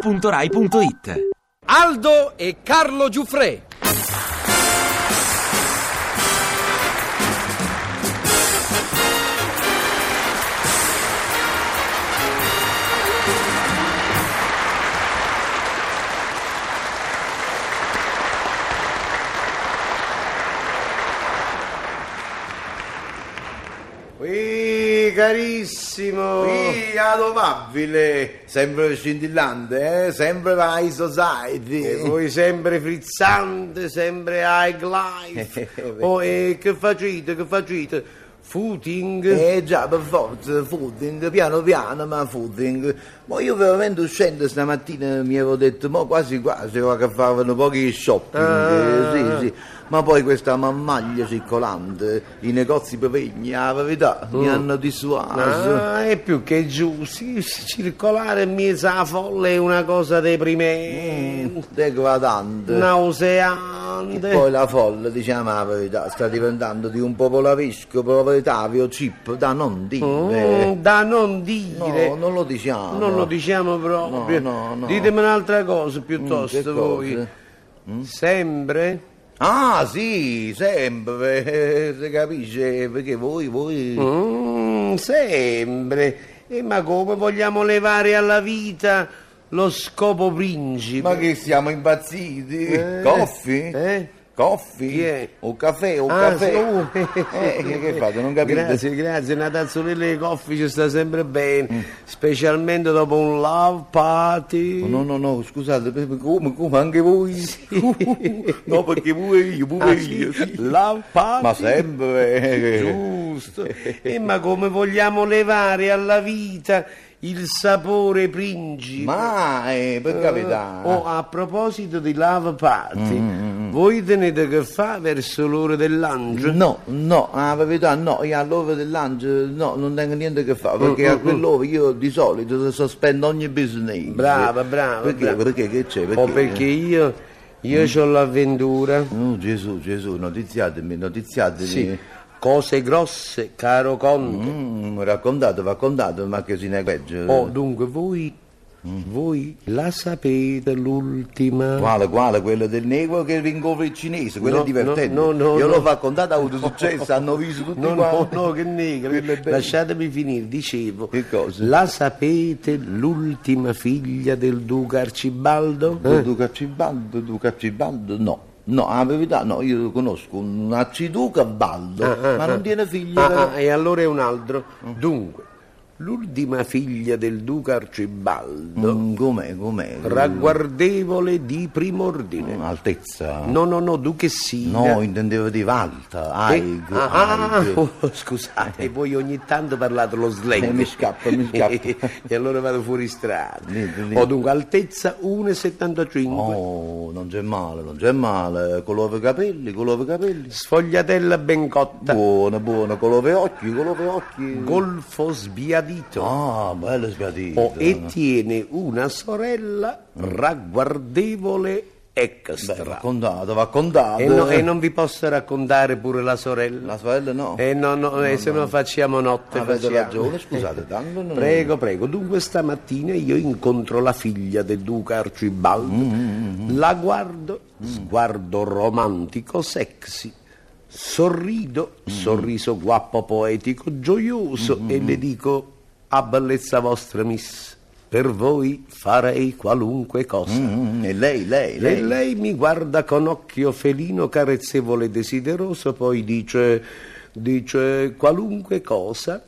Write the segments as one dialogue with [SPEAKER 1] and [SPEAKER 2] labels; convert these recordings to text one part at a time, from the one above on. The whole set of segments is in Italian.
[SPEAKER 1] radio2pod.rai.it
[SPEAKER 2] Aldo e Carlo Giuffre.
[SPEAKER 3] Qui, carissimo! Qui, adorabile! Sempre scintillante, eh? Sempre la high society!
[SPEAKER 4] E voi sempre frizzante, sempre high life.
[SPEAKER 3] Eh,
[SPEAKER 4] Oh, e che facete, che facete? Footing?
[SPEAKER 3] Eh già, per forza, footing, piano piano, ma footing. Ma io veramente uscendo stamattina mi avevo detto, ma quasi quasi va che facevano pochi shopping,
[SPEAKER 4] Ah.
[SPEAKER 3] eh, sì, sì. Ma poi questa mammaglia circolante, i negozi pepegni, la verità,
[SPEAKER 4] Mm.
[SPEAKER 3] mi hanno dissuaso.
[SPEAKER 4] Ah, è più che giusto. Circolare in mezzo alla folla è una cosa deprimente,
[SPEAKER 3] Mm, Degradante. E
[SPEAKER 4] nauseante.
[SPEAKER 3] poi la folla, diciamo la verità, sta diventando di un popolaresco proletario chip da non
[SPEAKER 4] Mm,
[SPEAKER 3] dire.
[SPEAKER 4] da non dire.
[SPEAKER 3] eh. No, non lo diciamo.
[SPEAKER 4] Non lo diciamo proprio.
[SPEAKER 3] No, no, no.
[SPEAKER 4] Ditemi un'altra cosa
[SPEAKER 3] Mm, che Mm?
[SPEAKER 4] piuttosto
[SPEAKER 3] cosa?
[SPEAKER 4] voi. Sempre?
[SPEAKER 3] Ah, sì, sempre, eh, si capisce, perché voi, voi...
[SPEAKER 4] Mm, sempre. E ma come vogliamo levare alla vita lo scopo principe?
[SPEAKER 3] Ma che siamo impazziti?
[SPEAKER 4] Eh,
[SPEAKER 3] Coffi?
[SPEAKER 4] eh?
[SPEAKER 3] Coffi?
[SPEAKER 4] Chi è?
[SPEAKER 3] O caffè, o
[SPEAKER 4] Ah,
[SPEAKER 3] caffè?
[SPEAKER 4] sì, oh.
[SPEAKER 3] Eh, che, che fate, non capite?
[SPEAKER 4] Grazie, grazie, una tazzolella di coffee ci sta sempre bene,
[SPEAKER 3] Mm.
[SPEAKER 4] specialmente dopo un love party.
[SPEAKER 3] No, no, no, scusate, per- per- come, come anche voi? no, perché pure io, pure
[SPEAKER 4] Ah,
[SPEAKER 3] io.
[SPEAKER 4] sì, love party.
[SPEAKER 3] Ma sempre...
[SPEAKER 4] Giusto. e ma come vogliamo levare alla vita il sapore principe?
[SPEAKER 3] Ma eh, per carità.
[SPEAKER 4] Oh, a proposito di love party,
[SPEAKER 3] Mm,
[SPEAKER 4] voi tenete che fa verso l'ora dell'angelo?
[SPEAKER 3] No, no, la verità no, io all'ora dell'angelo no, non tengo niente che fare, perché
[SPEAKER 4] Uh,
[SPEAKER 3] a quell'ora io di solito sospendo ogni business.
[SPEAKER 4] Brava, brava,
[SPEAKER 3] Perché?
[SPEAKER 4] brava.
[SPEAKER 3] Perché che c'è? Mm, Perché? Mm.
[SPEAKER 4] O Oh, perché io, io ho l'avventura.
[SPEAKER 3] Oh, Gesù, Gesù, notiziatemi, notiziatemi.
[SPEAKER 4] Sì. Cose grosse, caro Conte.
[SPEAKER 3] Mm, raccontate, raccontate, ma che si ne peggio.
[SPEAKER 4] Oh, dunque, voi,
[SPEAKER 3] Mm.
[SPEAKER 4] voi la sapete l'ultima?
[SPEAKER 3] Quale, quale? Quella del negro che rincorre il cinese, quello
[SPEAKER 4] No,
[SPEAKER 3] è divertente.
[SPEAKER 4] no, no, no,
[SPEAKER 3] Io
[SPEAKER 4] no.
[SPEAKER 3] l'ho raccontata, ha avuto successo, hanno visto tutti
[SPEAKER 4] No, no,
[SPEAKER 3] quanti.
[SPEAKER 4] no, che negro.
[SPEAKER 3] Quello è bello.
[SPEAKER 4] Lasciatemi finire, dicevo.
[SPEAKER 3] Che cosa?
[SPEAKER 4] La sapete l'ultima figlia del duca Arcibaldo?
[SPEAKER 3] Du- Duca Cibaldo, Duca Cibaldo, no. No, la verità, no, io conosco un arciduca Baldo, ma non tiene figli. però.
[SPEAKER 4] Eh, Ah, ah, e allora è un altro. Dunque, l'ultima figlia del duca Arcibaldo,
[SPEAKER 3] Mm, com'è, com'è?
[SPEAKER 4] ragguardevole di prim'ordine.
[SPEAKER 3] Mm, Altezza.
[SPEAKER 4] No, no, no, duchessina.
[SPEAKER 3] No, intendevo di Valta,
[SPEAKER 4] Eh,
[SPEAKER 3] Aigo,
[SPEAKER 4] ah, ah,
[SPEAKER 3] Aigo.
[SPEAKER 4] oh, scusate, voi ogni tanto parlate lo slang.
[SPEAKER 3] Eh, mi scappa, mi scappa.
[SPEAKER 4] e allora vado fuori strada.
[SPEAKER 3] Niente, niente.
[SPEAKER 4] Ho dunque altezza 1,75.
[SPEAKER 3] Oh, non c'è male, non c'è male. Colove capelli, colove capelli.
[SPEAKER 4] Sfogliatella ben cotta.
[SPEAKER 3] Buona, buona, colove occhi, colove occhi.
[SPEAKER 4] Golfo sbiadito.
[SPEAKER 3] Ah, bello sbiadito.
[SPEAKER 4] Oh, e tiene una sorella ragguardevole
[SPEAKER 3] Mm. Beh,
[SPEAKER 4] extra.
[SPEAKER 3] raccontato, raccontato.
[SPEAKER 4] e, no- e non vi posso raccontare pure la sorella?
[SPEAKER 3] La sorella no.
[SPEAKER 4] Eh, no, no, eh, se no facciamo notte.
[SPEAKER 3] Avete
[SPEAKER 4] facciamo.
[SPEAKER 3] ragione, scusate, tanto non-
[SPEAKER 4] Prego, prego. Dunque stamattina io incontro la figlia del duca Arcibaldo. La guardo, sguardo romantico, sexy. Sorrido, sorriso guappo poetico, gioioso e le dico a bellezza vostra miss, per voi farei qualunque cosa.
[SPEAKER 3] Mm, e lei, lei,
[SPEAKER 4] E
[SPEAKER 3] lei.
[SPEAKER 4] lei mi guarda con occhio felino, carezzevole e desideroso, poi dice, dice qualunque cosa,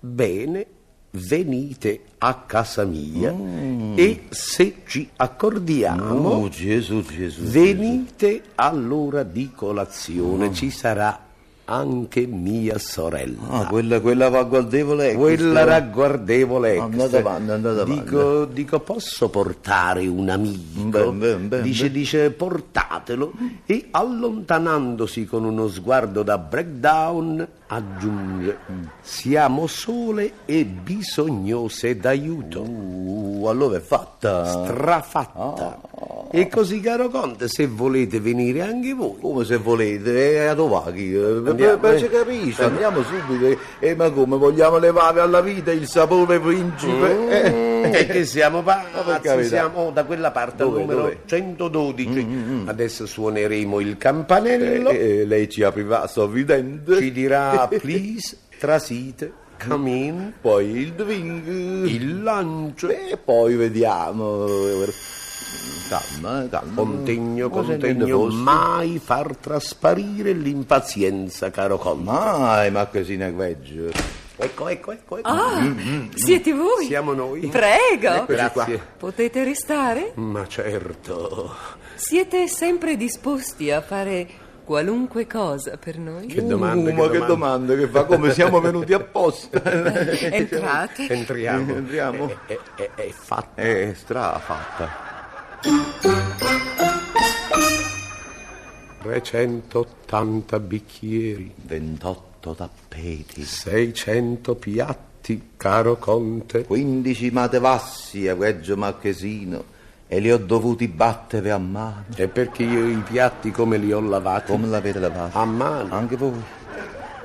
[SPEAKER 4] bene, venite a casa mia
[SPEAKER 3] Mm.
[SPEAKER 4] e se ci accordiamo,
[SPEAKER 3] Oh, Gesù, Gesù.
[SPEAKER 4] venite all'ora di colazione, ci sarà anche mia sorella.
[SPEAKER 3] Ah, quella, quella va guardevole. ecco,
[SPEAKER 4] Quella
[SPEAKER 3] sta-
[SPEAKER 4] ragguardevole ex.
[SPEAKER 3] Andate avanti, andate avanti.
[SPEAKER 4] Dico, dico, posso portare un amico?
[SPEAKER 3] Beh, beh, beh,
[SPEAKER 4] dice,
[SPEAKER 3] beh.
[SPEAKER 4] dice, portatelo. E allontanandosi con uno sguardo da breakdown, aggiunge,
[SPEAKER 3] Mm.
[SPEAKER 4] siamo sole e bisognose d'aiuto.
[SPEAKER 3] Uh, allora è fatta. Ah.
[SPEAKER 4] Trafatta. E così, caro Conte, se volete venire anche voi.
[SPEAKER 3] Come se volete, eh, a Tovaghi.
[SPEAKER 4] Andiamo,
[SPEAKER 3] ma
[SPEAKER 4] eh.
[SPEAKER 3] ci capisce, andiamo subito. eh. Eh, ma come vogliamo levare alla vita il sapore principe? Eh,
[SPEAKER 4] perché siamo
[SPEAKER 3] per
[SPEAKER 4] pazzi,
[SPEAKER 3] carità.
[SPEAKER 4] siamo oh, da quella parte
[SPEAKER 3] Dove,
[SPEAKER 4] al numero
[SPEAKER 3] dove?
[SPEAKER 4] 112. Adesso suoneremo il campanello,
[SPEAKER 3] Eh, eh, lei ci aprirà sorridendo,
[SPEAKER 4] ci dirà please, trasite, come in,
[SPEAKER 3] poi il drink,
[SPEAKER 4] il lancio, Mm,
[SPEAKER 3] e poi vediamo. Calma, eh, calma.
[SPEAKER 4] contegno,
[SPEAKER 3] Cosa ne
[SPEAKER 4] contegno,
[SPEAKER 3] fosse?
[SPEAKER 4] mai far trasparire l'impazienza, caro Conte.
[SPEAKER 3] Mai, ma così ne greggio.
[SPEAKER 4] Ecco, ecco, ecco, ecco.
[SPEAKER 1] Ah, siete voi?
[SPEAKER 4] Siamo Ecco noi.
[SPEAKER 1] Prego.
[SPEAKER 4] Eccoci qua.
[SPEAKER 3] Grazie.
[SPEAKER 1] Potete restare?
[SPEAKER 4] Ma certo.
[SPEAKER 1] Siete sempre disposti a fare qualunque cosa per noi?
[SPEAKER 4] Che domande,
[SPEAKER 3] ma
[SPEAKER 4] che
[SPEAKER 3] che domanda che fa? Come siamo venuti apposta?
[SPEAKER 1] Entrate.
[SPEAKER 4] Entriamo. Eh,
[SPEAKER 3] Entriamo.
[SPEAKER 4] È, è- è fatta.
[SPEAKER 3] È Eh, strafatta.
[SPEAKER 4] 380 bicchieri,
[SPEAKER 3] 28 tappeti.
[SPEAKER 4] 600 piatti, caro Conte.
[SPEAKER 3] 15 matevassi a Reggio Marchesino e li ho dovuti battere a mano.
[SPEAKER 4] E perché io i piatti come li ho lavati?
[SPEAKER 3] Come l'avete lavato?
[SPEAKER 4] A mano.
[SPEAKER 3] Anche voi?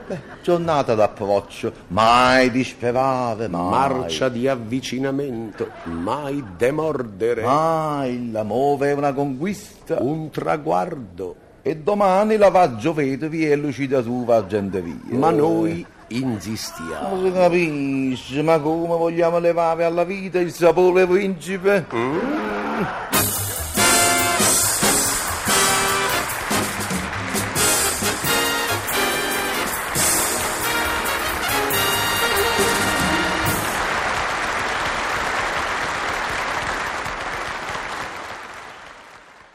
[SPEAKER 3] Beh, giornata d'approccio, mai disperare, mai.
[SPEAKER 4] Marcia di avvicinamento, mai demordere.
[SPEAKER 3] Mai, l'amore è una conquista.
[SPEAKER 4] Un traguardo.
[SPEAKER 3] E domani lavaggio vedovi e lucidatura a gente via.
[SPEAKER 4] Ma noi
[SPEAKER 3] Ma
[SPEAKER 4] insistiamo.
[SPEAKER 3] si capisce, ma come vogliamo levare alla vita il sapore principe?